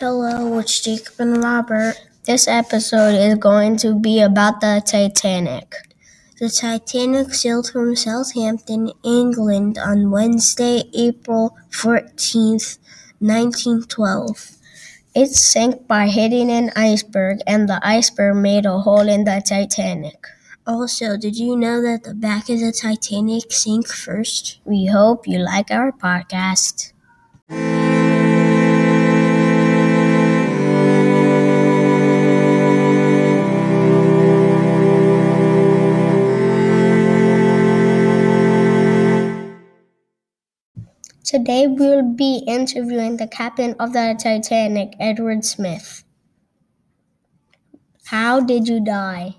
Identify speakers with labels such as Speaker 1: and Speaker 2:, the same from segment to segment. Speaker 1: Hello, it's Jacob and Robert. This episode is going to be about the Titanic. The Titanic sailed from Southampton, England on Wednesday, April 14th, 1912. It sank by hitting an iceberg, and the iceberg made a hole in the Titanic. Also, did you know that the back of the Titanic sank first? We hope you like our podcast. Today we'll be interviewing the captain of the Titanic, Edward Smith. How did you die?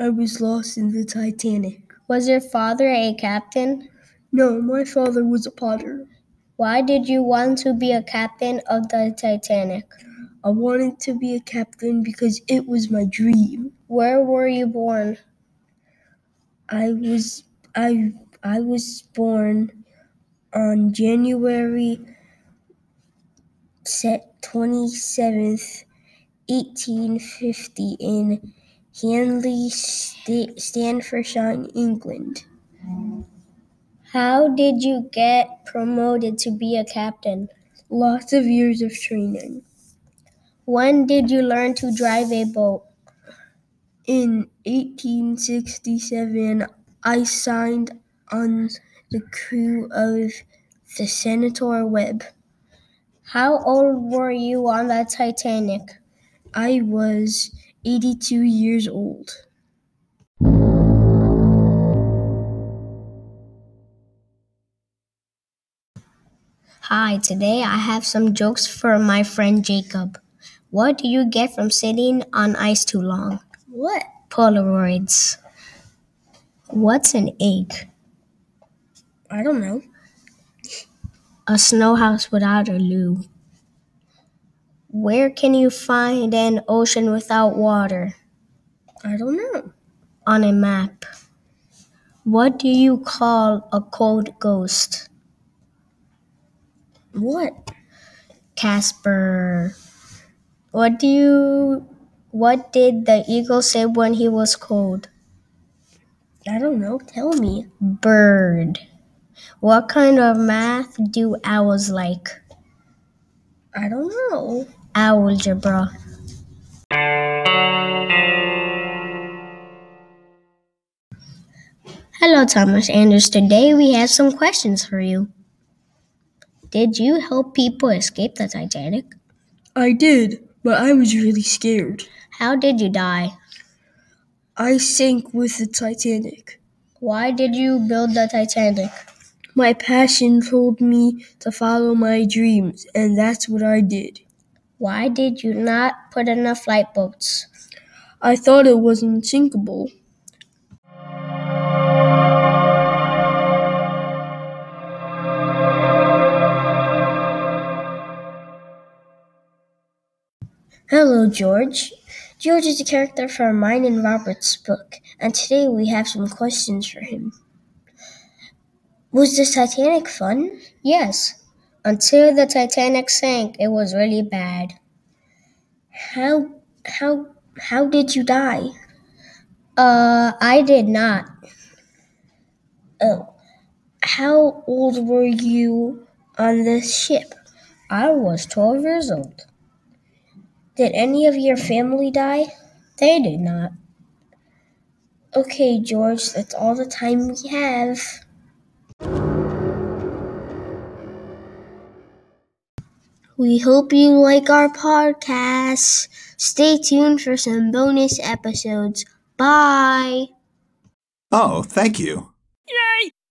Speaker 2: I was lost in the Titanic.
Speaker 1: Was your father a captain?
Speaker 2: No, my father was a potter.
Speaker 1: Why did you want to be a captain of the Titanic?
Speaker 2: I wanted to be a captain because it was my dream.
Speaker 1: Where were you born?
Speaker 2: I was I I was born on January set 27th 1850 in Hanley, Sta- Stanfordshire, England.
Speaker 1: How did you get promoted to be a captain?
Speaker 2: Lots of years of training.
Speaker 1: When did you learn to drive a boat?
Speaker 2: In 1867, I signed on the crew of the Senator Webb.
Speaker 1: How old were you on the Titanic?
Speaker 2: I was 82 years old.
Speaker 1: Hi, today I have some jokes for my friend Jacob. What do you get from sitting on ice too long?
Speaker 2: What?
Speaker 1: Polaroids. What's an egg?
Speaker 2: I don't know.
Speaker 1: A snow house without a loo. Where can you find an ocean without water?
Speaker 2: I don't know.
Speaker 1: On a map. What do you call a cold ghost?
Speaker 2: What?
Speaker 1: Casper. What do you what did the eagle say when he was cold?
Speaker 2: I don't know. Tell me.
Speaker 1: Bird. What kind of math do owls like?
Speaker 2: I don't know.
Speaker 1: Algebra. Hello, Thomas Anders. Today we have some questions for you. Did you help people escape the Titanic?
Speaker 2: I did, but I was really scared.
Speaker 1: How did you die?
Speaker 2: I sank with the Titanic.
Speaker 1: Why did you build the Titanic?
Speaker 2: My passion told me to follow my dreams, and that's what I did.
Speaker 1: Why did you not put enough light boats?
Speaker 2: I thought it was unsinkable.
Speaker 1: Hello, George. George is a character from mine and Robert's book, and today we have some questions for him.
Speaker 2: Was the Titanic fun?
Speaker 1: Yes, until the Titanic sank, it was really bad.
Speaker 2: How how how did you die?
Speaker 1: Uh, I did not.
Speaker 2: Oh. How old were you on the ship?
Speaker 1: I was 12 years old.
Speaker 2: Did any of your family die?
Speaker 1: They did not.
Speaker 2: Okay, George, that's all the time we have.
Speaker 1: We hope you like our podcast. Stay tuned for some bonus episodes. Bye.
Speaker 3: Oh, thank you.